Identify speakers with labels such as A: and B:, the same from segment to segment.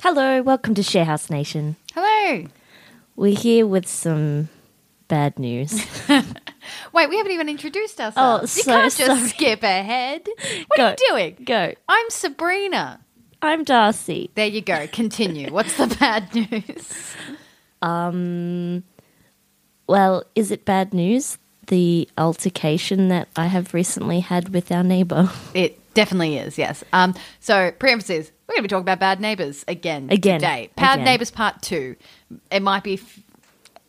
A: Hello, welcome to Sharehouse Nation.
B: Hello.
A: We're here with some bad news.
B: Wait, we haven't even introduced ourselves.
A: Oh,
B: you
A: so
B: can't just
A: sorry.
B: skip ahead. What are
A: Go.
B: you doing?
A: Go.
B: I'm Sabrina.
A: I'm Darcy.
B: There you go. Continue. What's the bad news?
A: Well, is it bad news? The altercation that I have recently had with our neighbour.
B: It definitely is, yes. Um, so, preemptions. We're going to be talking about bad neighbors again,
A: Again.
B: today. Bad
A: Again.
B: neighbors part two. It might be, f-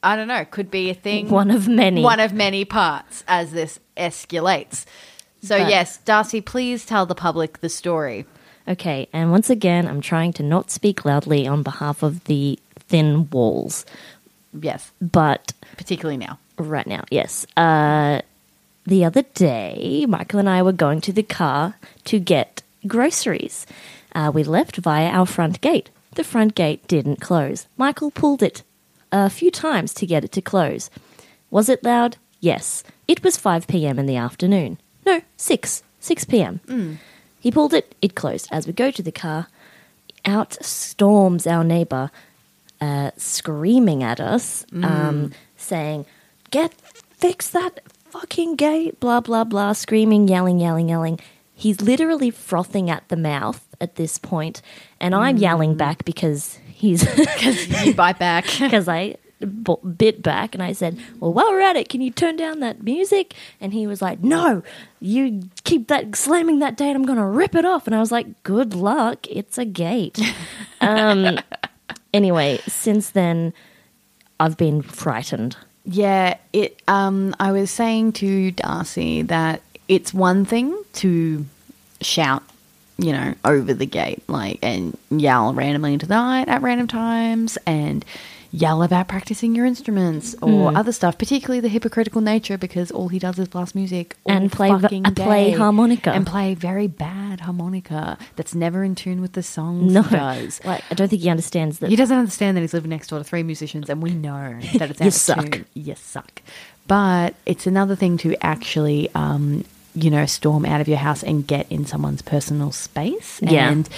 B: I don't know, could be a thing.
A: One of many.
B: One of many parts as this escalates. So,
A: But-
B: yes, Darcy, please tell the public the story.
A: Okay, and once again, I'm trying to not speak loudly on behalf of the thin walls,
B: Yes,
A: but
B: particularly now.
A: right now, yes. Uh, the other day, Michael and I were going to the car to get groceries. Uh, we left via our front gate. The front gate didn't close. Michael pulled it a few times to get it to close. Was it loud? Yes. It was 5 p.m. in the afternoon. No, 6. 6 p.m. He pulled it, it closed. As we go to the car, out storms our neighbor, uh, screaming at us, um, saying, Get, fix that fucking gate, blah, blah, blah, screaming, yelling, yelling, yelling. He's literally frothing at the mouth at this point, and I'm yelling back because he's.
B: You bite back.
A: because I b- bit back and I said, "Well, while we're at it, can you turn down that music?" And he was like, "No, you keep that slamming that date. I'm gonna rip it off." And I was like, "Good luck. It's a gate." um, anyway, since then, I've been frightened.
B: Yeah, it. Um, I was saying to Darcy that it's one thing to shout, you know, over the gate, like, and yell randomly into the night at random times, and yell about practicing your instruments or
A: Hmm.
B: other stuff, particularly the hypocritical nature, because all he does is blast music all
A: And play v-
B: fucking
A: and play
B: day.
A: harmonica.
B: and play very bad harmonica that's never in tune with the songs.
A: No,
B: he does.
A: like I don't think he understands that.
B: He doesn't understand that he's living next door to three musicians, and we know that it's
A: You
B: out of
A: suck.
B: tune. You suck. But it's another thing to actually, um, you know, storm out of your house and get in someone's personal space
A: Yeah.
B: and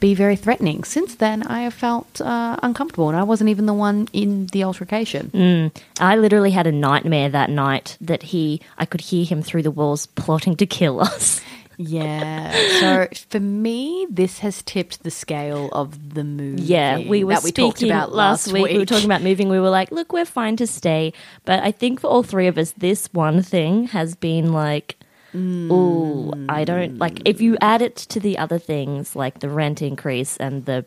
B: be very threatening. Since then, I have felt uh, uncomfortable, and I wasn't even the one in the altercation.
A: Mm. I literally had a nightmare that night that he, I could hear him through the walls plotting to kill us.
B: Yeah. So for me, this has tipped the scale of the movie.
A: Yeah, we were
B: that we
A: speaking
B: talked about last week.
A: We were talking about moving. We were like, look, we're fine to stay. But I think for all three of us, this one thing has been like,
B: Mm.
A: ooh, I don't like. If you add it to the other things, like the rent increase and the,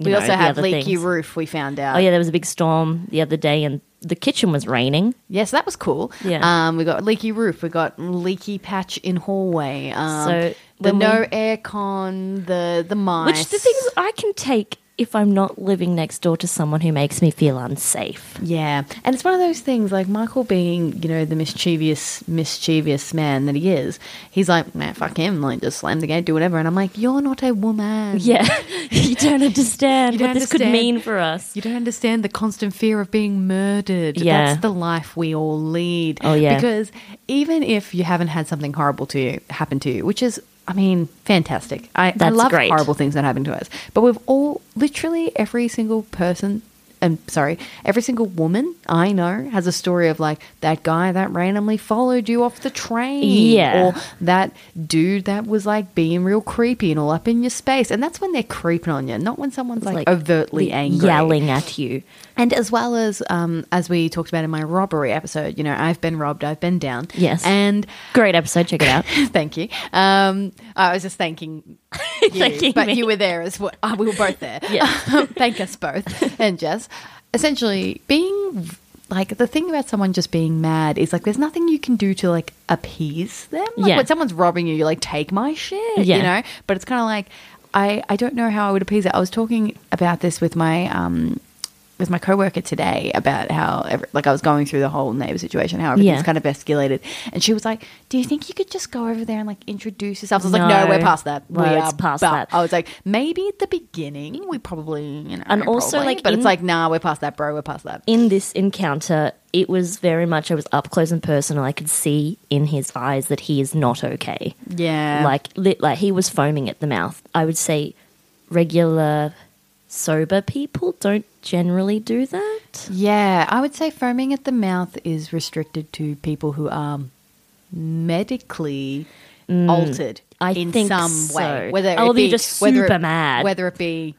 A: you
B: We
A: know,
B: also
A: the
B: had
A: other
B: leaky
A: things.
B: roof. We found out.
A: Oh yeah, there was a big storm the other day, and the kitchen was raining.
B: Yes, that was cool.
A: Yeah.
B: Um, we got leaky roof. We got leaky patch in hallway. Um,
A: So,
B: the
A: when
B: no aircon. The the mice.
A: Which the things I can take if I'm not living next door to someone who makes me feel unsafe.
B: Yeah, and it's one of those things like Michael being, you know, the mischievous, mischievous man that he is. He's like, man, fuck him. Like, just slam the gate, do whatever. And I'm like, you're not a woman.
A: Yeah, you don't understand
B: You don't
A: what this could
B: understand.
A: mean for us.
B: You don't understand the constant fear of being murdered.
A: Yeah.
B: That's the life we all lead.
A: Oh, yeah.
B: Because even if you haven't had something horrible to you happen to you, which is I mean, fantastic. I, I
A: That's
B: love
A: great.
B: horrible things that happen to us. But we've all literally every single person and sorry, every single woman I know has a story of like that guy that randomly followed you off the train.
A: Yeah.
B: Or that dude that was like being real creepy and all up in your space. And that's when they're creeping on you, not when someone's like, overtly angry.
A: yelling at you.
B: And as well as um, as we talked about in my robbery episode, you know, I've been robbed, I've been down.
A: Yes.
B: And
A: Great episode. Check it out.
B: thank you. Um, I was just thanking you,
A: Thanking
B: but
A: me.
B: you were there as well. Oh, we were both there. Um,
A: Yeah.
B: thank us both and Jess. Essentially, being like the thing about someone just being mad is like there's nothing you can do to like appease them. Like,
A: Yeah.
B: When someone's robbing you, you're like, take my shit.
A: Yeah.
B: You know. But it's kind of like I I don't know how I would appease it. I was talking about this with my um. With my coworker today about how, every, like, I was going through the whole neighbor situation, how everything's
A: Yeah.
B: kind of escalated, and she was like, "Do you think you could just go over there and like introduce yourself?" I was like,
A: No.
B: "No, we're past that.
A: No,
B: we
A: it's
B: are
A: past
B: bu-"
A: that.
B: I was like, "Maybe at the beginning, we probably, you know,
A: And also,
B: probably,
A: like,
B: but
A: in-
B: it's like, nah, we're past that, bro. We're past that."
A: In this encounter, it was very much I was up close and personal. I could see in his eyes that he is not okay.
B: yeah,
A: Like lit, like he was foaming at the mouth. I would say regular sober people don't generally do that.
B: Yeah, I would say foaming at the mouth is restricted to people who are medically altered
A: Mm. I
B: in
A: think
B: some
A: so.
B: way. Whether it
A: Oh, they're
B: be
A: just
B: whether
A: super
B: it,
A: mad.
B: Whether it be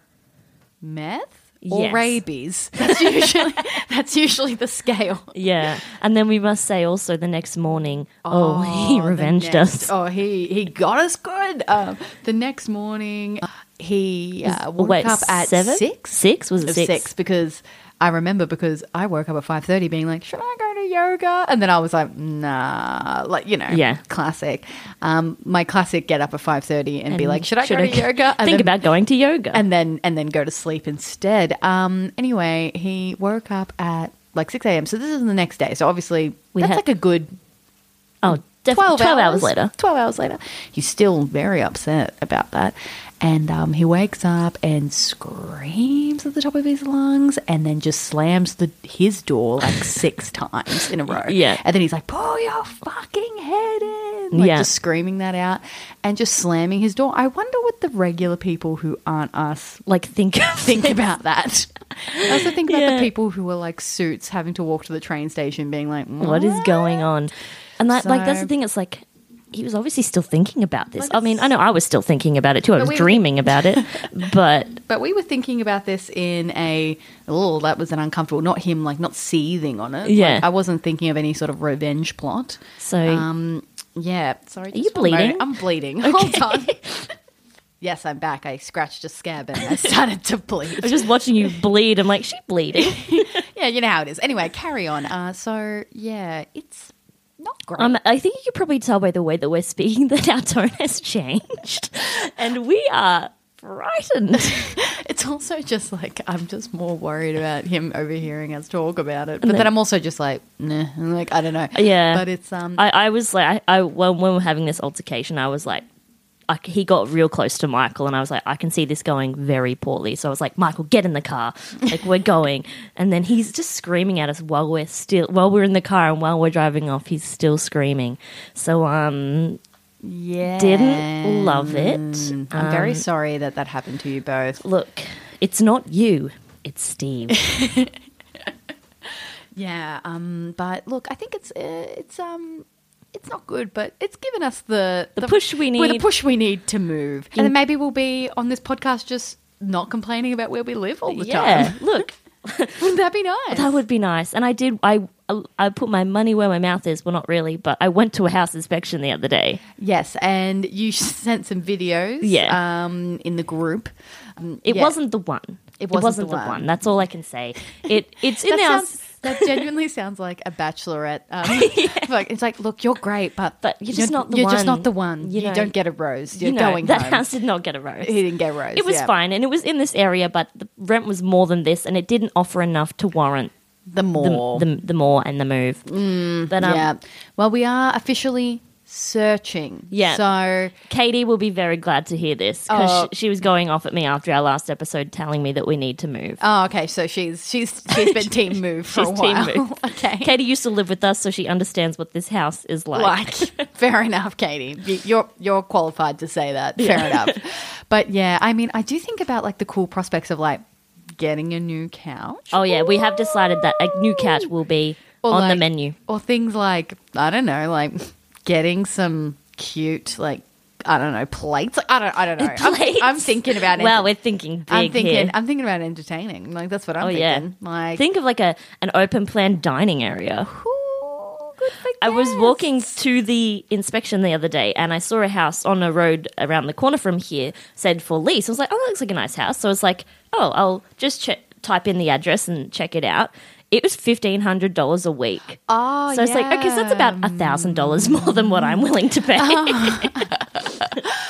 B: meth or
A: Yes.
B: rabies. That's usually that's usually the scale.
A: Yeah. And then we must say also the next morning, oh, he
B: the
A: revenged
B: next-
A: us.
B: Oh, he he got us good. Um, the next morning, uh, he uh, woke
A: Wait,
B: up at
A: seven?
B: six.
A: Six? Was it
B: Of
A: six?
B: because I remember because I woke up at five thirty, being like, "Should I go to yoga?" And then I was like, "Nah," like you know,
A: Yeah.
B: classic. Um, my classic get up at five thirty and, be like, "Should I go to yoga?" And
A: Think
B: then-
A: about going to yoga.
B: and then and then go to sleep instead. Um, anyway, he woke up at like six a.m. So this is the next day. So obviously,
A: We
B: that's
A: had-
B: like a good
A: oh, def- 12, hours later.
B: 12 hours later. He's still very upset about that. And um, he wakes up and screams at the top of his lungs and then just slams the, his door like six times in a row.
A: Yeah.
B: And then he's like, pull your fucking head in. Like
A: Yeah.
B: just screaming that out and just slamming his door. I wonder what the regular people who aren't us
A: Like, think of
B: think about that. I also think about
A: Yeah.
B: the people who are like suits having to walk to the train station being like,
A: what is going on. And that, like, that's
B: So-
A: the thing. It's like, he was obviously still thinking about this.
B: Like,
A: I mean,
B: it's-
A: I know I was still thinking about it too. I was
B: we-
A: dreaming about it, but
B: But we were thinking about this in a oh, that was an uncomfortable. Not him, like not seething on it. Like,
A: Yeah.
B: I wasn't thinking of any sort of revenge plot.
A: So-
B: um, yeah, sorry. Are
A: you bleeding?
B: I'm bleeding. Hold on. yes, I'm back. I scratched a scab and I started to bleed.
A: I was just watching you bleed. I'm like, she bleeding.
B: yeah, you know how it is. Anyway, carry on. Uh, so yeah, it's not great.
A: Um, I think you could probably tell by the way that we're speaking that our tone has changed, and we are frightened.
B: It's also just like I'm just more worried about him overhearing us talk about it. But then I'm also just like, nah, like I don't know.
A: Yeah.
B: but it's um.
A: I, I was like, I, I when, when we were having this altercation, I was like, I, he got real close to Michael, and I was like, I can see this going very poorly. So I was like, Michael, get in the car, like we're going. And then he's just screaming at us while we're still while we're in the car and while we're driving off, he's still screaming. So um,
B: Yeah.
A: didn't love it.
B: Mm,
A: Um,
B: I'm very sorry that that happened to you both.
A: Look, it's not you, it's Steve.
B: Yeah. Um. But look, I think it's uh, it's um. It's not good, but it's given us the, the,
A: push we
B: well, the
A: need.
B: push we need to move, and then maybe we'll be on this podcast just not complaining about where we live all the
A: yeah,
B: time.
A: look,
B: Wouldn't that be nice?
A: That would be nice. And I did. I I put my money where my mouth is. Well, not really, but I went to a house inspection the other day.
B: yes, and you sent some videos.
A: Yeah.
B: Um. In the group. Um,
A: It
B: yeah.
A: wasn't the one.
B: It wasn't the one.
A: That's all I can say. It it's in
B: That
A: our
B: sounds. That genuinely sounds like a bachelorette. Um, like, it's like, look, you're great, but
A: But you're just not the
B: you're just
A: one.
B: not the one.
A: You
B: You,
A: know,
B: don't get a rose. You're
A: you know,
B: going
A: that
B: home.
A: house did not get a rose.
B: He didn't get a rose.
A: It was
B: yeah.
A: fine, and it was in this area, but the rent was more than this, and it didn't offer enough to warrant
B: The
A: the
B: more. Mm,
A: the, the more and the move. but um,
B: yeah. Well, we are officially searching.
A: Yeah.
B: So
A: Katie will be very glad to hear this because
B: Oh.
A: she, she was going off at me after our last episode, telling me that we need to move.
B: oh, okay. So she's she's she's been team move for a
A: She's team
B: while.
A: move.
B: Oh, okay.
A: Katie used to live with us, so she understands what this house is like.
B: like fair enough katie You- you're you're qualified to say that fair enough but yeah i mean i do think about like the cool prospects of like getting a new couch
A: Oh yeah, we have decided that a new couch will be
B: Or,
A: on the
B: like-
A: menu.
B: or things like I don't know, like getting some cute like I don't know plates. Like, I don't I don't know.
A: Plates.
B: I'm, I'm thinking about
A: Wow,
B: enter-
A: we're thinking big
B: I'm thinking uh,
A: here.
B: I'm thinking about entertaining. Like that's what I'm
A: oh
B: thinking.
A: yeah,
B: Like
A: think of like a an open plan dining area.
B: ooh, good for
A: I was
B: guests.
A: walking to the inspection the other day and I saw a house on a road around the corner from here said for lease. I was like, oh, that looks like a nice house. So I was like, oh, I'll just check, type in the address and check it out. It was fifteen hundred dollars a week.
B: Oh,
A: so it's like okay, so that's about a thousand dollars more than what I'm willing to pay.
B: Oh.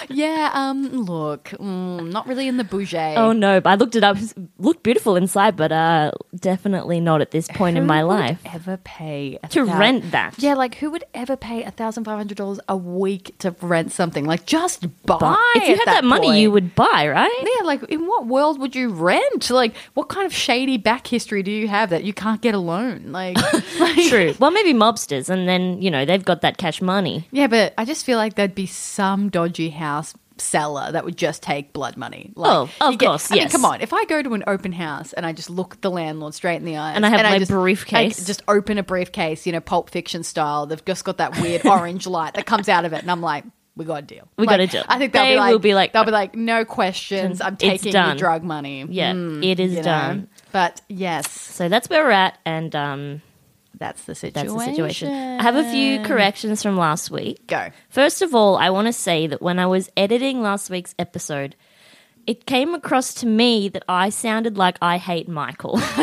B: Yeah, um look, mm, not really in the bougie.
A: Oh no! But I looked it up. It Looked beautiful inside, but uh, definitely not at this point in my life
B: Ever pay a
A: to
B: thou-
A: rent that.
B: Yeah, like who would ever pay thousand five hundred dollars a week to rent something? Like just buy.
A: if you
B: at
A: had that, money,
B: point.
A: you would buy, right?
B: Yeah, like in what world would you rent? Like, what kind of shady back history do you have that you can't get a loan? Like, like-
A: True. Well, maybe mobsters, and then you know they've got that cash money.
B: Yeah, but I just feel like there'd be some dodgy house seller that would just take blood money. Like,
A: Oh, of
B: you get-
A: course,
B: I mean,
A: yes.
B: come on. If I go to an open house and I just look the landlord straight in the eyes
A: And I have my
B: just-
A: briefcase.
B: I just open a briefcase, you know, Pulp Fiction style. They've just got that weird orange light that comes out of it, and I'm like. We got a deal.
A: We
B: Like,
A: got a deal.
B: I think they'll
A: They
B: be like,
A: will be like-
B: they'll be like, no questions. I'm
A: It's
B: taking your
A: done.
B: drug money.
A: Yeah,
B: Mm,
A: it is
B: you know?
A: done.
B: But yes,
A: So that's where we're at, and um,
B: that's the situation.
A: that's the situation. I have a few corrections from last week.
B: Go.
A: First of all, I want to say that when I was editing last week's episode, it came across to me that I sounded like I hate Michael.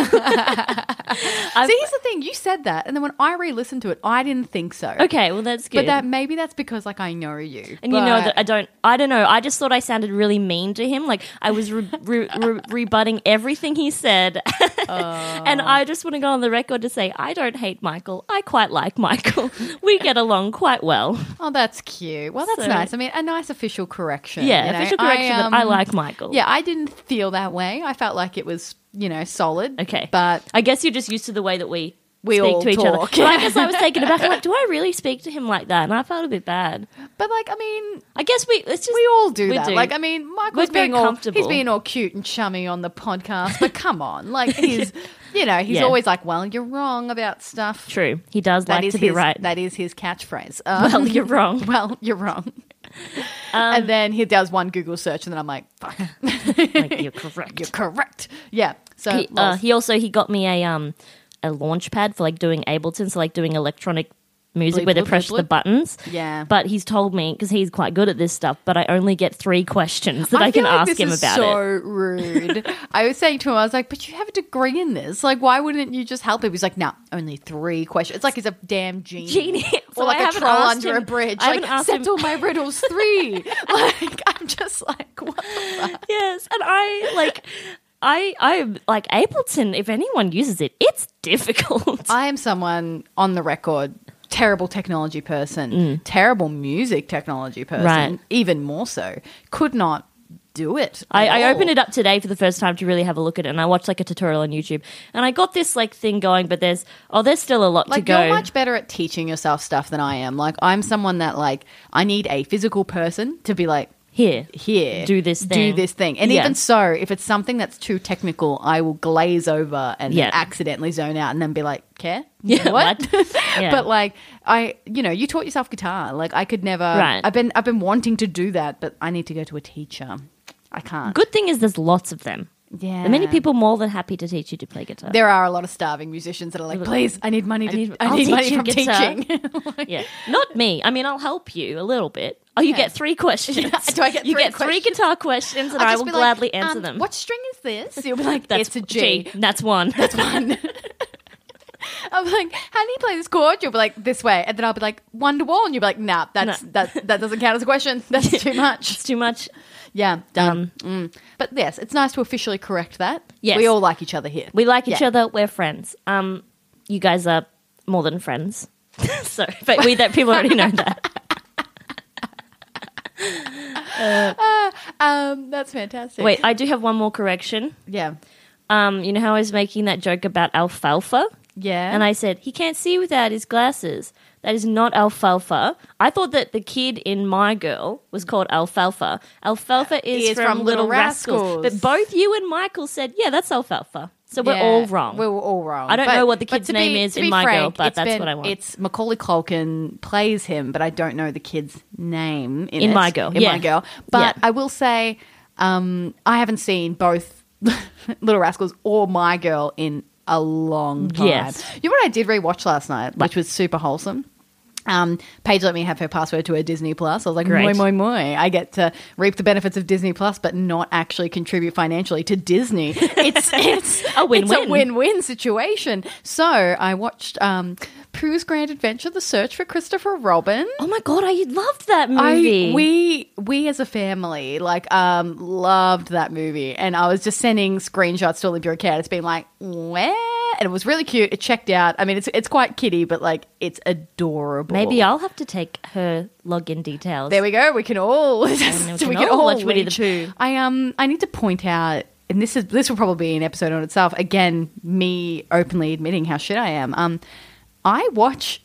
B: See, here's the thing. You said that, and then when I re-listened to it, I didn't think so.
A: okay, well that's good.
B: But that maybe that's because like I know you,
A: and you know
B: but-
A: that I don't. I don't know. I just thought I sounded really mean to him. Like I was re- re- re- rebutting everything he said, and I just want to go on the record to say I don't hate Michael. I quite like Michael. we get along quite well.
B: oh, that's cute. Well, that's
A: So-
B: nice. I mean, a nice official correction.
A: Yeah,
B: you know?
A: official correction.
B: I,
A: I,
B: um,
A: I like Michael.
B: Yeah, I didn't feel that way. I felt like it was you know solid.
A: Okay.
B: but
A: I guess you're just used to the way that we
B: We
A: speak
B: all
A: to each other.
B: talk.
A: But I guess I was taken aback. I'm like, do I really speak to him like that? And I felt a bit bad.
B: but like I mean.
A: I guess we. It's just
B: We all do
A: We
B: that.
A: do.
B: Like, I mean, Michael's
A: We're very
B: being all he's
A: comfortable.
B: being all cute and chummy on the podcast, but come on, like he's you know he's
A: Yeah.
B: always like, well, you're wrong about stuff.
A: true. He does
B: That
A: like
B: is
A: to be
B: his,
A: right.
B: That is his catchphrase. Um,
A: well, Um, you're wrong.
B: well, you're wrong. and then he does one Google search, and then I'm like, fuck,
A: Like, you're correct.
B: you're correct. Yeah. So
A: he, uh,
B: lols.
A: he also he got me a um a launch pad for like doing Ableton, so like doing electronic music
B: Bloop,
A: where they
B: bloop,
A: press
B: bloop,
A: the
B: bloop.
A: buttons.
B: Yeah.
A: But he's told me because he's quite good at this stuff. But I only get three questions that I,
B: feel
A: can
B: like
A: ask
B: this
A: him
B: is
A: about
B: so
A: it.
B: rude. I was saying to him, I was like, but you have a degree in this. Like, why wouldn't you just help him? He's like, no, only three questions. It's like he's a damn genie.
A: Genie. So
B: or like
A: I
B: a
A: haven't
B: troll
A: asked
B: under
A: him-
B: a bridge.
A: I haven't
B: like,
A: asked him-
B: settle my riddles three. like, I'm just like, what the fuck?
A: Yes, and I like. I I like Ableton. If anyone uses it, it's difficult.
B: I am someone on the record, terrible technology person, terrible music technology person,
A: Mm. Right.
B: even more so. Could not do it.
A: I,
B: at
A: I
B: all.
A: opened it up today for the first time to really have a look at it, and I watched like a tutorial on YouTube, and I got this like thing going. But there's oh, there's still a lot to
B: Like
A: go.
B: you're much better at teaching yourself stuff than I am. Like I'm someone that like I need a physical person to be like
A: Here,
B: here
A: Do this thing."
B: do this thing and
A: Yeah.
B: even so if it's something that's too technical i will glaze over and
A: Yeah.
B: accidentally zone out and then be like care
A: Yeah,
B: what,
A: what? Yeah.
B: but like i you know you taught yourself guitar like i could never
A: Right.
B: i've been i've been wanting to do that but i need to go to a teacher i can't
A: Good thing is there's lots of them.
B: yeah
A: There are many people more than happy to teach you to play guitar.
B: there are a lot of starving musicians that are like please i need money to, i need,
A: need- I'll teach
B: money
A: you
B: from
A: guitar."
B: teaching
A: yeah, not me. I mean, I'll help you a little bit. Oh, you get three questions.
B: Do I get
A: you
B: three
A: get three
B: questions?
A: guitar questions, and
B: I'll
A: I
B: just
A: will
B: be like,
A: gladly answer
B: um,
A: them.
B: what string is this you'll be like
A: That's
B: it's a G.
A: That's one. That's
B: one. I'm like, how do you play this chord? You'll be like, this way. And then I'll be like, Wonderwall. And you'll be like, nah, that's,
A: No.
B: that, that doesn't count as a question. That's too much.
A: too much.
B: Yeah, done. mm. But yes, it's nice to officially correct that.
A: Um, Yes.
B: We all like each other here.
A: We like each
B: Yeah.
A: other. We're friends. Um, you guys are more than friends. so, but we that people already know that.
B: Um, that's fantastic.
A: Wait, I do have one more correction.
B: Yeah.
A: Um, you know how I was making that joke about alfalfa,
B: Yeah.
A: and I said he can't see without his glasses. That is not alfalfa. I thought that the kid in My Girl was called Alfalfa. Alfalfa is, from, Little Rascals.
B: Rascals.
A: But both you and Michael said, yeah, that's alfalfa. So we're all wrong.
B: We were all wrong.
A: I don't
B: But-
A: know what the
B: but
A: kid's
B: to
A: name
B: be-
A: is
B: to
A: in
B: be
A: My Girl,
B: frank,
A: but
B: it's
A: that's
B: been-
A: what I want.
B: It's Macaulay Culkin plays him, but I don't know the kid's name in,
A: In
B: it.
A: My Girl,
B: In
A: yeah.
B: My Girl, but
A: Yeah.
B: I will say um, I haven't seen both Little Rascals or My Girl in a long time.
A: Yes.
B: You know what I did rewatch last night, which was super wholesome. Um, Paige let me have her password to her Disney Plus. I was like, moi,
A: Great.
B: moi, moi. I get to reap the benefits of Disney Plus, but not actually contribute financially to Disney. It's it's
A: A win-win.
B: It's a win-win situation. So I watched um, Pooh's Grand Adventure: The Search for Christopher Robin.
A: oh my god, I loved that
B: I
A: movie.
B: we we as a family like um loved that movie, and I was just sending screenshots to all of your cat. It's been like where, and it was really cute. It checked out. I mean, it's it's quite kitty, but like it's adorable.
A: Maybe I'll have to take her login details.
B: There we go. We can all we
A: then we can all watch Winnie the
B: reach.
A: Pooh.
B: I um I need to point out, and this is this will probably be an episode on itself. Again, me openly admitting how shit I am. Um, I watch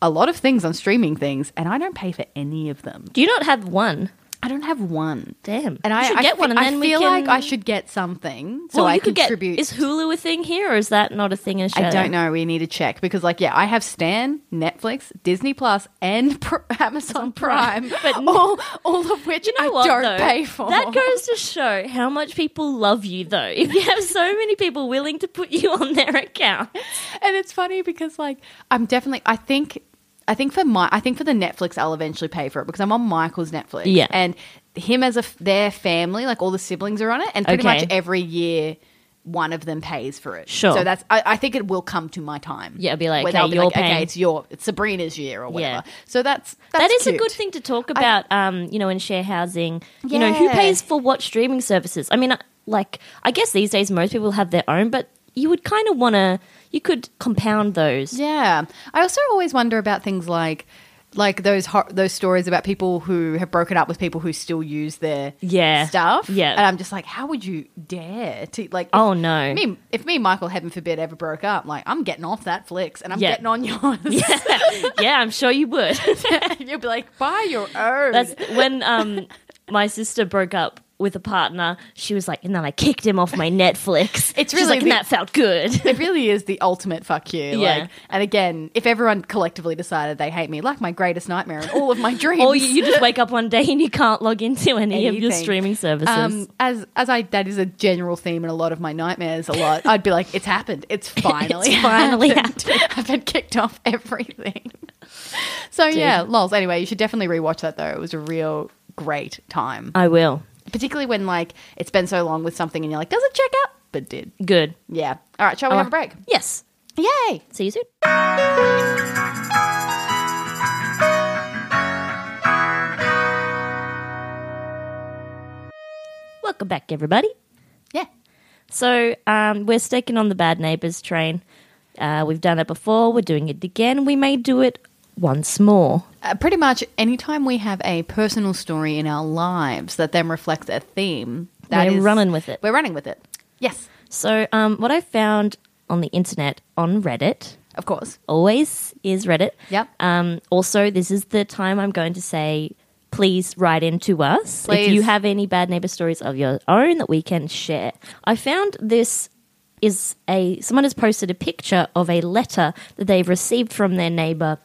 B: a lot of things on streaming things, and I don't pay for any of them.
A: Do you not have one?
B: I don't have one.
A: Damn.
B: And
A: You
B: I
A: should
B: I
A: get
B: fe-
A: one and
B: I
A: then we
B: feel like
A: can-
B: I should get something so
A: well,
B: I
A: you could get.
B: contribute.
A: Is Hulu a thing here, or is that not a thing in Australia?
B: I don't know. We need to check because, like, yeah, I have Stan, Netflix, Disney Plus, and Pr- Amazon Prime,
A: but
B: all all of which
A: You know
B: I
A: what,
B: don't
A: though?
B: pay for.
A: That goes to show how much people love you, though. If you have so many people willing to put you on their account,
B: and it's funny because like I'm definitely I think I think for my I think for the Netflix I'll eventually pay for it because I'm on Michael's Netflix.
A: Yeah.
B: And him as a f- their family, like all the siblings are on it, and pretty
A: Okay.
B: much every year one of them pays for it.
A: Sure.
B: So that's I, I think it will come to my time.
A: Yeah, it'll be like,
B: Where
A: okay,
B: they'll be
A: you're
B: like,
A: paying.
B: okay, it's your it's Sabrina's year or whatever.
A: Yeah.
B: So that's that's
A: that is a
B: cute.
A: good thing to talk about. um, you know, in share housing, you know, who
B: Yeah.
A: pays for what streaming services? I mean, I- like I guess these days most people have their own, but you would kind of want to. You could compound those.
B: Yeah, I also always wonder about things like like those hor- those stories about people who have broken up with people who still use their
A: Yeah.
B: stuff.
A: Yeah.
B: and I'm just like, how would you dare to like?
A: Oh, no.
B: me if me and Michael, heaven forbid, ever broke up, like I'm getting off that flicks and I'm
A: Yeah.
B: getting on yours.
A: Yeah, yeah, I'm sure you would.
B: You'll be like, buy your own.
A: That's when um my sister broke up with a partner. She was like, and then I kicked him off my Netflix.
B: It's
A: She's
B: really
A: like, and
B: the-
A: that felt good.
B: it really is the ultimate fuck you.
A: Yeah.
B: Like, and again, if everyone collectively decided they hate me, like my greatest nightmare and all of my dreams.
A: Or you, you just wake up one day and you can't log into any of your
B: Anything.
A: streaming services.
B: Um, as as I that is a general theme in a lot of my nightmares. A lot, I'd be like, it's happened. It's finally,
A: finally
B: I've been kicked off everything. So yeah, lols. Anyway, you should definitely rewatch that though. It was a real great time,
A: I will.
B: particularly when like it's been so long with something, and you're like, does it check out? But it did.
A: Good.
B: Yeah. All right. Shall we have a break?
A: Yes.
B: Yay!
A: See you soon. Welcome back, everybody.
B: Yeah.
A: So um, we're staking on the bad neighbors train. Uh, we've done it before. We're doing it again. We may do it once more.
B: Uh, pretty much anytime we have a personal story in our lives that then reflects a theme, that
A: We're
B: is-
A: running with it.
B: We're running with it. Yes,
A: So um, what I found on the internet on Reddit
B: of course.
A: always is Reddit.
B: Yep.
A: Um, also, this is the time I'm going to say, please write in to us if
B: Please.
A: you have any bad neighbor stories of your own that we can share. I found this is a someone has posted a picture of a letter that they've received from their neighbor,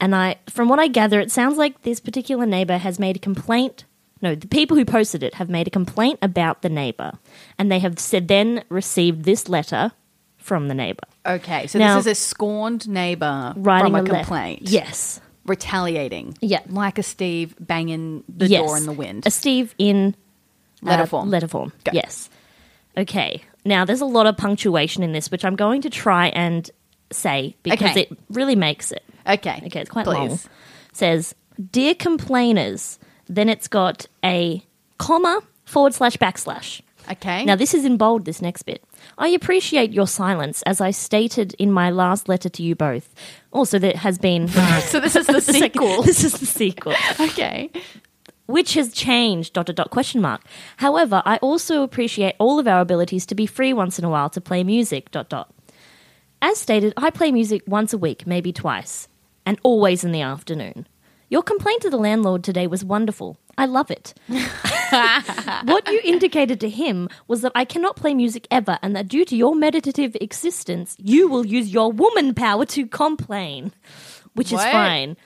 A: and I, from what I gather, it sounds like this particular neighbor has made a complaint. No, the people who posted it have made a complaint about the neighbor, and they have said then received this letter from the neighbor
B: Okay, so
A: Now-
B: this is a scorned neighbor
A: writing
B: from a,
A: letter.
B: complaint,
A: Yes,
B: retaliating,
A: Yeah.
B: like a Steve banging the
A: yes.
B: door in the wind.
A: A Steve in
B: Letter
A: uh,
B: form.
A: Letter form.
B: Go.
A: Yes. Okay. Now there's a lot of punctuation in this, which I'm going to try and say because
B: Okay.
A: it really makes it.
B: okay,
A: Okay, it's quite
B: Please.
A: long. Says, "Dear complainers," then it's got a comma forward slash backslash.
B: Okay,
A: Now, this is in bold, this next bit. I appreciate your silence, as I stated in my last letter to you both. Also, there has been
B: so this is the,
A: the second-
B: sequel.
A: this is the sequel
B: okay,
A: which has changed dot dot dot question mark however i also appreciate all of our abilities to be free once in a while to play music dot dot as stated i play music once a week maybe twice and always in the afternoon your complaint to the landlord today was wonderful i love it what you indicated to him was that i cannot play music ever and that due to your meditative existence you will use your woman power to complain which is
B: What?
A: fine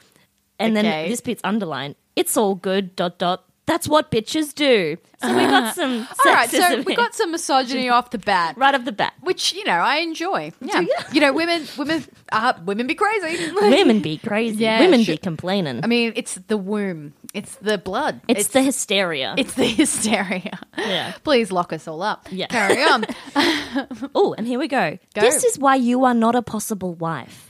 A: and then
B: Okay.
A: this bit's underlined. It's all good. Dot dot. That's what bitches do. So we got some. sexism
B: all right. So we
A: here.
B: got some misogyny off the bat.
A: right off the bat.
B: Which you know I enjoy. Yeah,
A: you?
B: you know women, women, uh, women be crazy.
A: Women be crazy.
B: Yeah,
A: Women
B: sure.
A: be complaining.
B: I mean, it's the womb, it's the blood,
A: it's, the hysteria.
B: it's the hysteria.
A: Yeah.
B: Please lock us all up.
A: Yeah.
B: Carry on.
A: Oh, and here we go.
B: Go.
A: This is why you are not a possible wife.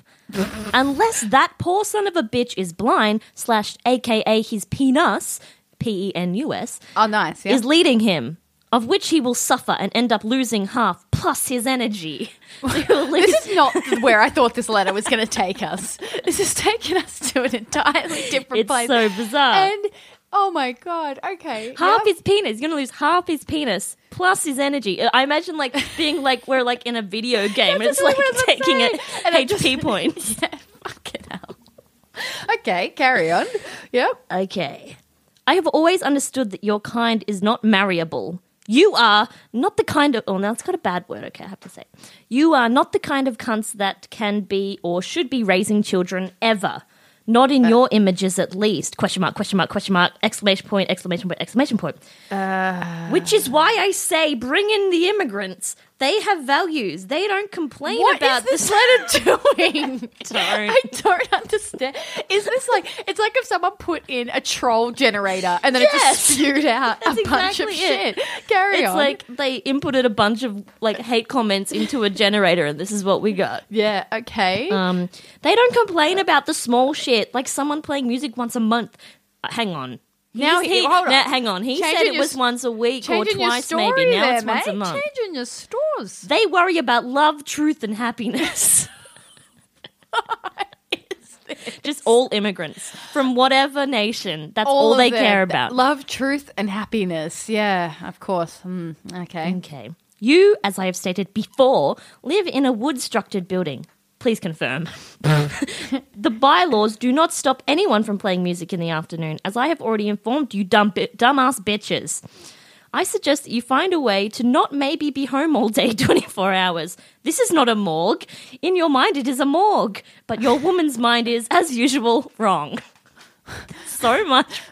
A: Unless that poor son of a bitch is blind, slash, aka his penis, P E N U S,
B: oh, nice. Yeah.
A: is leading him, of which he will suffer and end up losing half plus his energy. So he'll lose-
B: This is not where I thought this letter was going to take us. This is taking us to an entirely different
A: it's
B: place.
A: so bizarre.
B: and oh my god, okay,
A: half
B: yeah.
A: his penis. He's gonna lose half his penis plus his energy. I imagine like being like we're like in a video game. and
B: That's
A: it's like
B: what I'm
A: taking it
B: saying. And I
A: HP
B: just-
A: points.
B: Yeah, fucking hell. Okay, carry on. Yep.
A: Okay. I have always understood that your kind is not marryable. You are not the kind of. Oh, now it's got a bad word. Okay, I have to say. You are not the kind of cunts that can be or should be raising children ever. Not
B: Uh.
A: in your images, at least. Question mark, question mark, question mark, exclamation point, exclamation point, exclamation point.
B: Uh.
A: Which is why I say bring in the immigrants. They have values. They don't complain
B: What is
A: about
B: this letter doing?
A: Don't.
B: I don't understand. Is this like it's like if someone put in a troll generator and then it
A: Yes.
B: just spewed out a
A: That's
B: bunch of
A: exactly it.
B: shit? Carry
A: It's
B: on.
A: like they inputted a bunch of like hate comments into a generator, and this is what we got.
B: yeah, okay.
A: Um, they don't complain about the small shit, like someone playing music once a month. Uh, hang on.
B: Now
A: He's-
B: he- hold on.
A: now, hang on. He
B: Changing
A: said it
B: your
A: was
B: s-
A: once a week or
B: Changing
A: twice,
B: your story
A: maybe. Now
B: there,
A: it's once
B: mate.
A: a month.
B: Changing your stores.
A: They worry about love, truth, and happiness. Just all immigrants from whatever nation. That's all,
B: of
A: they
B: the-
A: care about.
B: Love, truth, and happiness. Yeah, of course. Mm, okay.
A: Okay. You, as I have stated before, live in a wood structured building. Please confirm. the bylaws do not stop anyone from playing music in the afternoon, as I have already informed you, dumb bi- dumbass bitches. I suggest that you find a way to not maybe be home all day 24 hours. This is not a morgue. In your mind, it is a morgue, but your woman's mind is, as usual, wrong. so much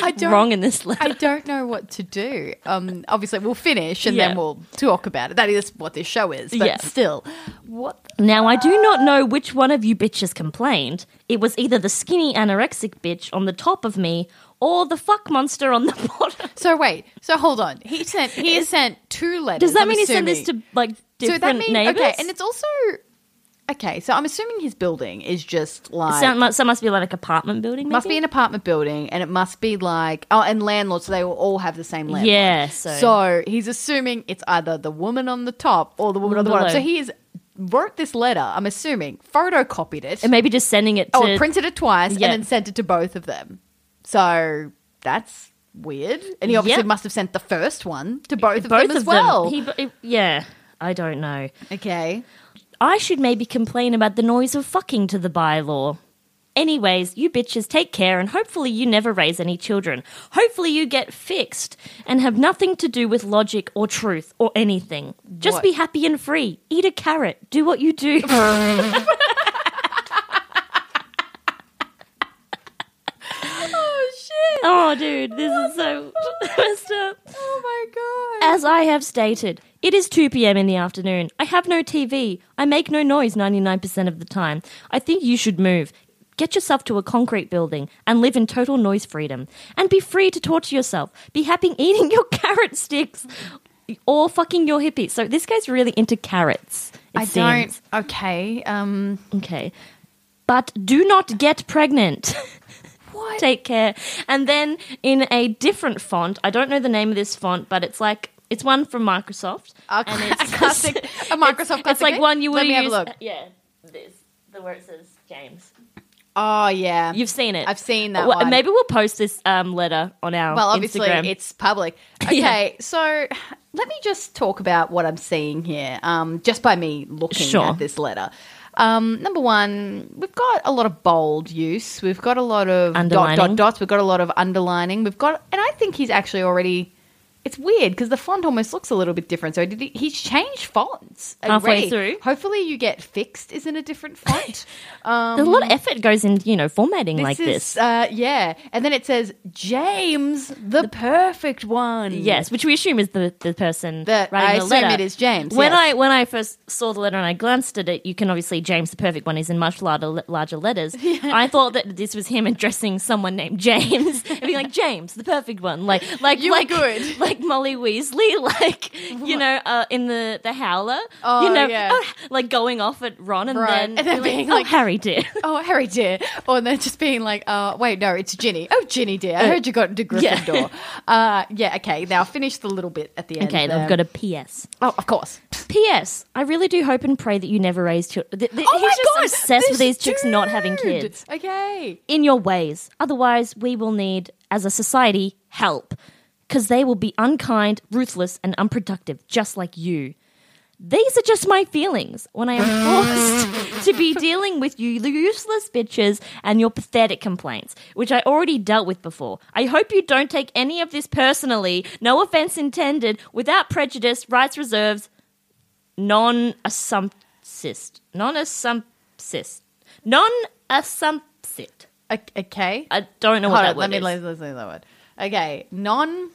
B: I don't.
A: wrong in this letter.
B: I don't know what to do. Um, obviously, we'll finish and
A: Yeah.
B: then we'll talk about it. That is what this show is. But
A: Yeah.
B: still, what? the-
A: Now, I do not know which one of you bitches complained. It was either the skinny anorexic bitch on the top of me or the fuck monster on the bottom.
B: So wait. So hold on. He sent. He has sent two letters.
A: Does that
B: I'm
A: mean he sent this
B: assuming.
A: to like different neighbors?
B: okay, and it's also okay. So I'm assuming his building is just like
A: so, it must, so it must be like apartment building. Maybe?
B: must be an apartment building, and it must be like oh, and landlords. So they will all have the same landlord.
A: Yeah, so-
B: so he's assuming it's either the woman on the top or the woman on the
A: Below.
B: bottom. So he has wrote this letter. I'm assuming photocopied it.
A: and maybe just sending it to.
B: Oh, printed it twice
A: Yeah.
B: and then sent it to both of them. So that's weird. And he obviously
A: Yeah.
B: must have sent the first one to both of
A: both
B: them as
A: of
B: well.
A: Them. He, yeah, I don't know.
B: okay.
A: I should maybe complain about the noise of fucking to the bylaw. Anyways, you bitches take care and hopefully you never raise any children. Hopefully you get fixed and have nothing to do with logic or truth or anything. Just
B: What?
A: be happy and free. Eat a carrot. Do what you do.
B: Oh shit.
A: oh, dude, this is so messed up.
B: Oh my god.
A: As I have stated, it is 2 p.m. in the afternoon. I have no TV. I make no noise 99% of the time. I think you should move. Get yourself to a concrete building and live in total noise freedom. And be free to torture yourself. Be happy eating your carrot sticks or fucking your hippie. So this guy's really into carrots. It
B: I
A: seems.
B: don't okay. Um
A: Okay. But do not get pregnant.
B: What?
A: Take care. And then in a different font, I don't know the name of this font, but it's like it's one from Microsoft.
B: a, a classic a Microsoft classic.
A: It's like
B: thing?
A: one you would
B: Let me
A: use.
B: have a look.
A: yeah, this the where it says James.
B: Oh yeah.
A: You've seen it.
B: I've seen that
A: Well,
B: one.
A: Maybe we'll post this um, letter on our
B: well, obviously
A: Instagram.
B: it's public. Okay, so let me just talk about what I'm seeing here, um, just by me looking
A: Sure.
B: at this letter. Um, number one, we've got a lot of bold use. We've got a lot of dot
A: Underlining.
B: dot dots. We've got a lot of underlining. We've got, and I think he's actually already. It's weird because the font almost looks a little bit different. So did he, he's changed fonts
A: Halfway
B: already.
A: through.
B: Hopefully, you get fixed. Is in a different font. um,
A: There's a lot of effort goes in, you know, formatting like
B: is,
A: this.
B: Uh, yeah. And then it says, James, the, perfect one.
A: Yes, which we assume is the, the person
B: That-
A: writing
B: I
A: the
B: assume
A: letter.
B: it is James,
A: When
B: yes.
A: I when I first saw the letter and I glanced at it, you can obviously James, the perfect one, is in much larger larger letters. I thought that this was him addressing someone named James and being like James, the perfect one, like like
B: You were
A: like
B: good.
A: like Molly Weasley, like you know, uh, in the the Howler,
B: Oh,
A: you know,
B: yeah.
A: "Oh," like going off at Ron and
B: Right.
A: then,
B: And then
A: you're
B: being
A: oh,
B: like-
A: Harry dear.
B: Oh, Harry dear. Or they're just being like, uh, wait, no, it's Ginny. Oh, Ginny dear. I heard you got into
A: yeah.
B: Gryffindor. Uh, yeah, okay. Now finish the little bit at the end.
A: Okay,
B: there.
A: they've got a PS.
B: Oh, of course.
A: P.S. I really do hope and pray that you never raise children. Th- th-
B: Oh
A: he's
B: my
A: just
B: God,
A: obsessed
B: this
A: with these chicks not having
B: dude.
A: kids.
B: Okay.
A: In your ways. Otherwise, we will need, as a society, help. Because they will be unkind, ruthless, and unproductive, just like you. These are just my feelings when I am forced to be dealing with you useless bitches and your pathetic complaints, which I already dealt with before. I hope you don't take any of this personally. No offense intended, without prejudice, rights reserves, non assumpsist. Non assumpsist. Non assumpsit.
B: O- Okay.
A: I don't know what
B: Hold
A: that
B: on,
A: word
B: let me
A: is.
B: let, let's say that word. Okay, non.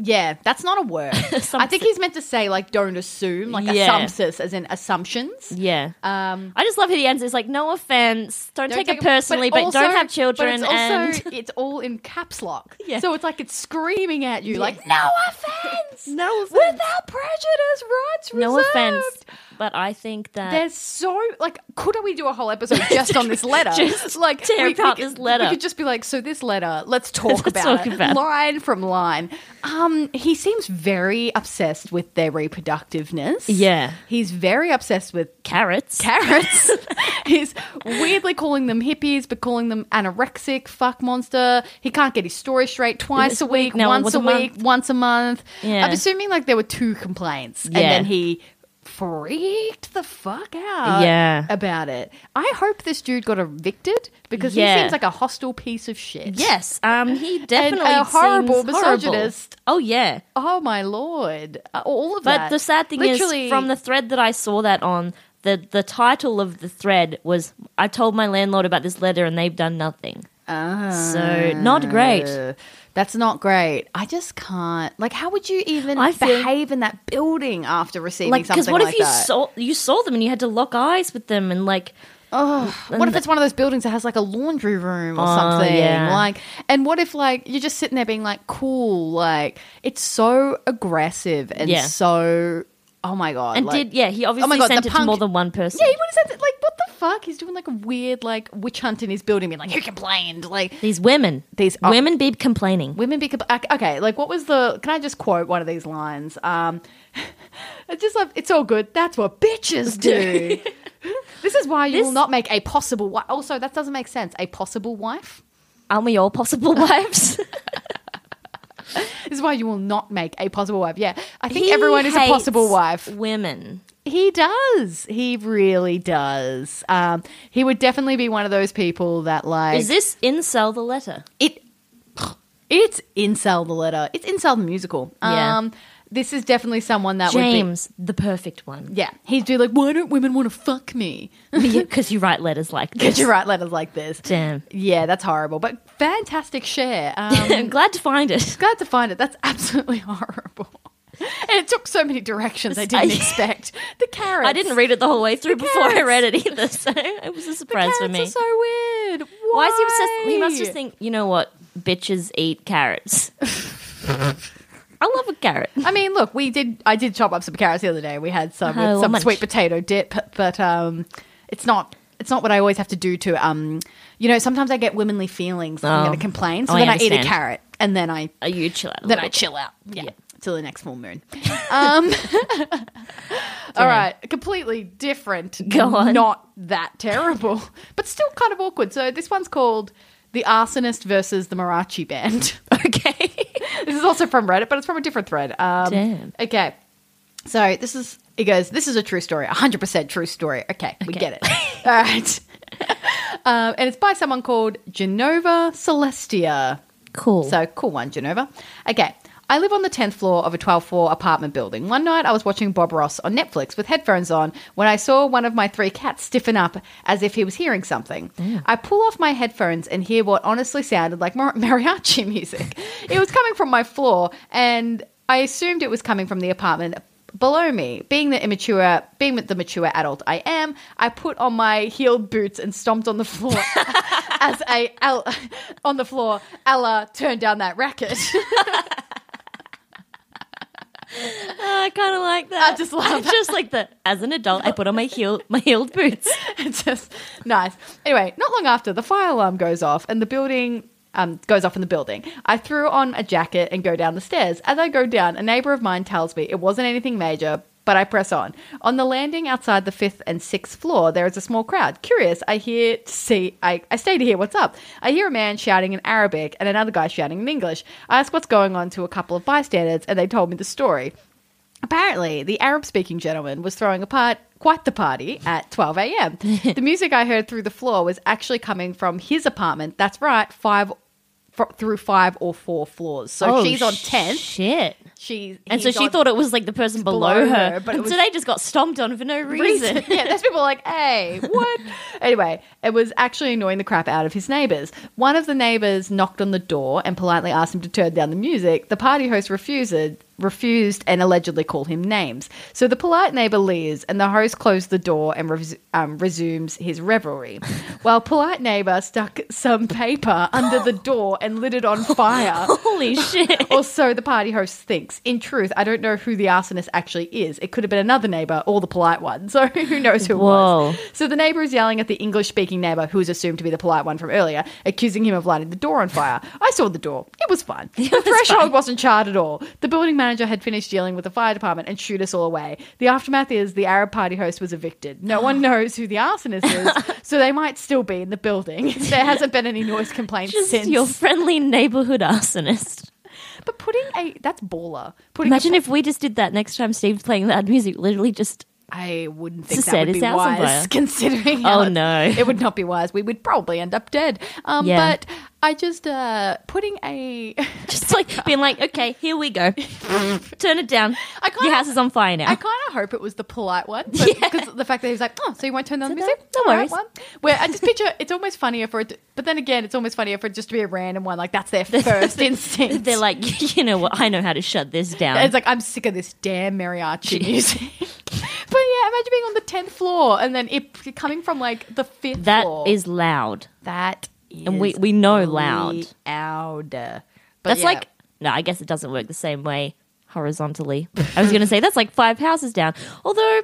B: Yeah, that's not a word. I think he's meant to say like don't assume, like
A: Yeah.
B: assumptions, as in assumptions.
A: Yeah.
B: Um,
A: I just love how the ends is like, no offense, don't,
B: don't
A: take, it personally, but,
B: also-
A: don't have children.
B: But it's also
A: and
B: it's all in caps lock.
A: Yeah.
B: So it's like it's screaming at you, like
A: no
B: offense,
A: No offense.
B: without prejudice, rights reserved.
A: no offense, but I think that
B: There's so like, could we do a whole episode just on this letter?
A: Just
B: like
A: tear apart
B: could-
A: this letter.
B: We could just be like, so this letter, let's talk about
A: talk
B: it,
A: about it.
B: line from line. Um, he seems very obsessed with their reproductiveness.
A: Yeah.
B: he's very obsessed with
A: carrots.
B: carrots. He's weirdly calling them hippies, but calling them anorexic, fuck monster. He can't get his story straight twice
A: This
B: a
A: week,
B: week,
A: no,
B: once
A: once
B: a
A: a
B: week, once a month.
A: Yeah.
B: I'm assuming like there were two complaints, and
A: Yeah.
B: then he freaked the fuck out
A: Yeah.
B: about it. I hope this dude got evicted because
A: Yeah.
B: he seems like a hostile piece of shit.
A: yes, um, he definitely
B: a horrible
A: seems horrible.
B: misogynist.
A: Oh yeah,
B: Oh my lord! Uh, All of
A: but
B: that.
A: the sad thing
B: Literally-
A: is, from the thread that I saw that on, the the title of the thread was, "I told my landlord about this letter and they've done nothing."
B: uh-huh.
A: so not great.
B: Uh, That's not great. I just can't. Like, how would you even
A: I feel-
B: behave in that building after receiving
A: Like, because
B: something
A: what
B: like
A: if you
B: that?
A: saw you saw them and you had to lock eyes with them and like
B: what if it's one of those buildings that has like a laundry room or
A: Oh,
B: something?
A: yeah.
B: Like, and what if like you're just sitting there being like, cool? Like, it's so aggressive and
A: Yeah.
B: so. Oh my god!
A: and
B: like- oh
A: did yeah he obviously
B: God,
A: sent
B: the
A: it to
B: punk-
A: more than one person.
B: Yeah, he would have said that, like, what the fuck? He's doing like a weird like witch hunt in his building, being like, who complained? Like,
A: These women.
B: These- oh.
A: women be complaining.
B: Women be okay. Like, what was the? Can I just quote one of these lines? Um, it's just like it's all good. That's what bitches do. this is why you will
A: This-
B: not make a possible wife. Also, that doesn't make sense. A possible wife.
A: Aren't we all possible wives?
B: This is why you will not make a possible wife. Yeah, I think everyone is a
A: hates
B: possible wife.
A: Women.
B: He does. He really does. Um, he would definitely be one of those people that like
A: Is this incel the letter?
B: it it's incel the letter. It's incel the musical.
A: Yeah.
B: Um, this is definitely someone that would be
A: James, the perfect one.
B: Yeah, he'd be like, "Why don't women want to fuck me?"
A: Because you write letters like this.
B: Could you write letters like this?
A: Damn.
B: Yeah, that's horrible, but fantastic share. Um,
A: I'm glad to find it.
B: glad to find it. That's absolutely horrible, and it took so many directions I didn't
A: I-
B: expect. The carrots.
A: I didn't read it the whole way through before I
B: carrots.
A: read it either, so it was a surprise
B: carrots
A: for me.
B: Are so weird. Why?
A: Why is he obsessed? He must just think, you know what? Bitches eat carrots. I love a carrot.
B: I mean, look, we did. I did chop up some carrots the other day. We had some
A: Oh,
B: with some
A: munch.
B: sweet potato dip, but um, it's not. It's not what I always have to do to um, you know. Sometimes I get womanly feelings. Like I'm
A: Oh.
B: going to complain, so
A: I
B: then I eat a
A: understand.
B: carrot, and then I
A: Are you chill out? a
B: then
A: little
B: I
A: bit?
B: chill out. Yeah.
A: Yeah.
B: Till the next full moon. Um, all right. Completely different.
A: Go on.
B: Not that terrible, but still kind of awkward. So this one's called The Arsonist versus the Marachi Band.
A: Okay.
B: this is also from Reddit, but it's from a different thread. Um,
A: Damn.
B: Okay. So this is, it goes, this is a true story, 100% true story. Okay, we
A: Okay.
B: get it. All right. um, and it's by someone called Genova Celestia.
A: Cool.
B: So cool one, Genova. Okay. I live on the 10th floor of a 12 floor apartment building. One night I was watching Bob Ross on Netflix with headphones on when I saw one of my three cats stiffen up as if he was hearing something. I pull off my headphones and hear what honestly sounded like mar- mariachi music. it was coming from my floor and I assumed it was coming from the apartment below me. Being the immature, being the mature adult I am, I put on my heeled boots and stomped on the floor as a Al- on the floor. Ella turned down that racket.
A: I kind of like that.
B: I just love
A: just like the as an adult, I put on my heel my heeled boots.
B: it's just nice. Anyway, not long after the fire alarm goes off and the building um, goes off in the building. I threw on a jacket and go down the stairs. As I go down, a neighbor of mine tells me it wasn't anything major. But I press on. On the landing outside the fifth and sixth floor, there is a small crowd. Curious, I hear to see. I, I stay to hear what's up. I hear a man shouting in Arabic and another guy shouting in English. I ask what's going on to a couple of bystanders, and they told me the story. Apparently, the Arab speaking gentleman was throwing apart quite the party at 12 a.m. the music I heard through the floor was actually coming from his apartment. That's right, five fr- through five or four floors. So
A: Oh,
B: she's on 10th.
A: Shit.
B: She's
A: And so
B: he's
A: she
B: on
A: thought it was like the person below,
B: below
A: her.
B: her, but it
A: And
B: was-
A: so they just got stomped on for no reason.
B: yeah, there's people like, hey, what? anyway, it was actually annoying the crap out of his neighbors. One of the neighbors knocked on the door and politely asked him to turn down the music. The party host refused, refused and allegedly called him names. So the polite neighbor leaves, and the host closed the door and res- um, resumes his revelry. While polite neighbor stuck some paper under the door and lit it on fire
A: Holy shit.
B: or so the party host thinks. In truth, I don't know who the arsonist actually is. It could have been another neighbor or the polite one. So who knows who it
A: Whoa.
B: was. So the neighbor is yelling at the English speaking neighbor, who is assumed to be the polite one from earlier, accusing him of lighting the door on fire. I saw the door. It was fun. The threshold wasn't charred at all. The building manager had finished dealing with the fire department and shooed us all away. The aftermath is the Arab party host was evicted. No one knows who the arsonist is, so they might still be in the building. There hasn't been any noise complaints
A: Just
B: since.
A: your friendly neighborhood arsonist.
B: But putting a that's baller. Putting a
A: Imagine if we just did that next time Steve's playing that music, literally just
B: I wouldn't think
A: To
B: that would
A: set
B: be
A: his house on
B: wise,
A: fire.
B: considering.
A: Oh,
B: it-
A: no.
B: it would not be wise. We would probably end up dead. Um,
A: Yeah.
B: But I just uh, putting a.
A: just like being like, okay, here we go. Turn it down.
B: I can't-
A: Your house is on fire now.
B: I kind of hope it was the polite one because the fact that he was like, "Oh, so you won't turn down the
A: So
B: music?"
A: no- no
B: All right,
A: worries.
B: one. Where I just picture it's almost funnier for it, to, but then again, it's almost funnier for it just to be a random one. Like that's their first instinct.
A: They're like, you know what? I know how to shut this down.
B: It's like I'm sick of this damn mariachi music. but yeah, imagine being on the tenth floor and then it coming from like the fifth
A: That
B: floor.
A: is loud.
B: That is
A: And we- we know loud.
B: Loud. But
A: That's
B: yeah.
A: like no, I guess it doesn't work the same way horizontally. I was going to say that's like five houses down. Although,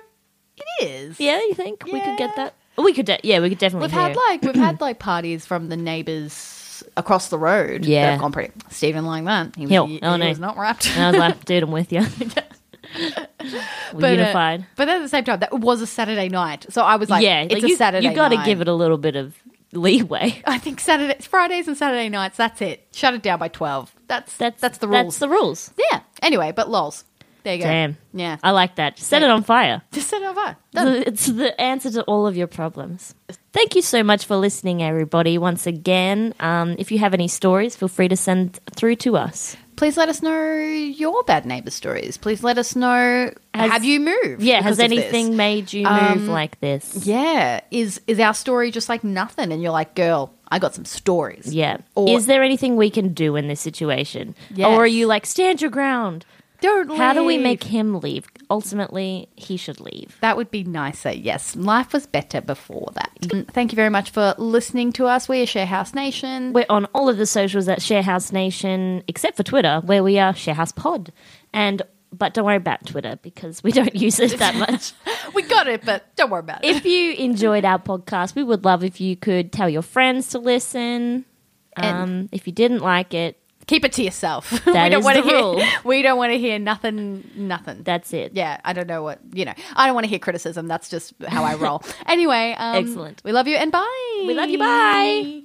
B: it is.
A: yeah, you think we could get
B: Yeah.
A: that? We could, de- yeah, we could definitely.
B: We've had
A: hear.
B: like we've had like parties from the neighbors across the road.
A: Yeah.
B: that have gone pretty. Stephen like that. He was,
A: He'll-
B: he,
A: oh,
B: he
A: no.
B: was not wrapped.
A: and I was like, dude, I'm with you. We're
B: But, uh,
A: unified.
B: but then at the same time, that was a Saturday night, so I was like,
A: yeah,
B: it's
A: like
B: a
A: you,
B: Saturday.
A: You got to
B: night.
A: give it a little bit of leeway.
B: I think Saturday, Fridays and Saturday nights. That's it. Shut it down by twelve. That's that's that's the rules.
A: That's the rules.
B: yeah. Anyway, but lols. There you go.
A: Damn. Uh,
B: Yeah.
A: I like that. Set it on fire.
B: Just set it on fire. Done.
A: It's the answer to all of your problems. Thank you so much for listening, everybody. Once again, um, if you have any stories, feel free to send through to us.
B: Please let us know your bad neighbor stories. Please let us know
A: Has-
B: have you moved?
A: Yeah,
B: because
A: has
B: of this?
A: anything made you move like this?
B: Yeah, is is our story just like nothing? And you're like, girl, I got some stories.
A: Yeah.
B: Or-
A: Is there anything we can do in this situation?
B: Yes.
A: Or are you like, stand your ground?
B: don't.
A: How do we
B: leave.
A: make him leave? Ultimately, he should leave.
B: That would be nicer. Yes, life was better before that. Mm, Thank you very much for listening to us. We are Sharehouse Nation.
A: We're on all of the socials at Sharehouse Nation, except for Twitter, where we are Sharehouse Pod. And but don't worry about Twitter because we don't use it that much.
B: we got it, but don't worry about it.
A: if you enjoyed our podcast, we would love if you could tell your friends to listen. Um, if you didn't like it,
B: Keep it to yourself.
A: That
B: we don't
A: is
B: wanna
A: the
B: hear,
A: rule.
B: We don't want to hear nothing. Nothing.
A: that's it.
B: yeah, I don't know what you know. I don't want to hear criticism. That's just how I roll. anyway, um,
A: Excellent.
B: We love you and bye.
A: We love you. Bye.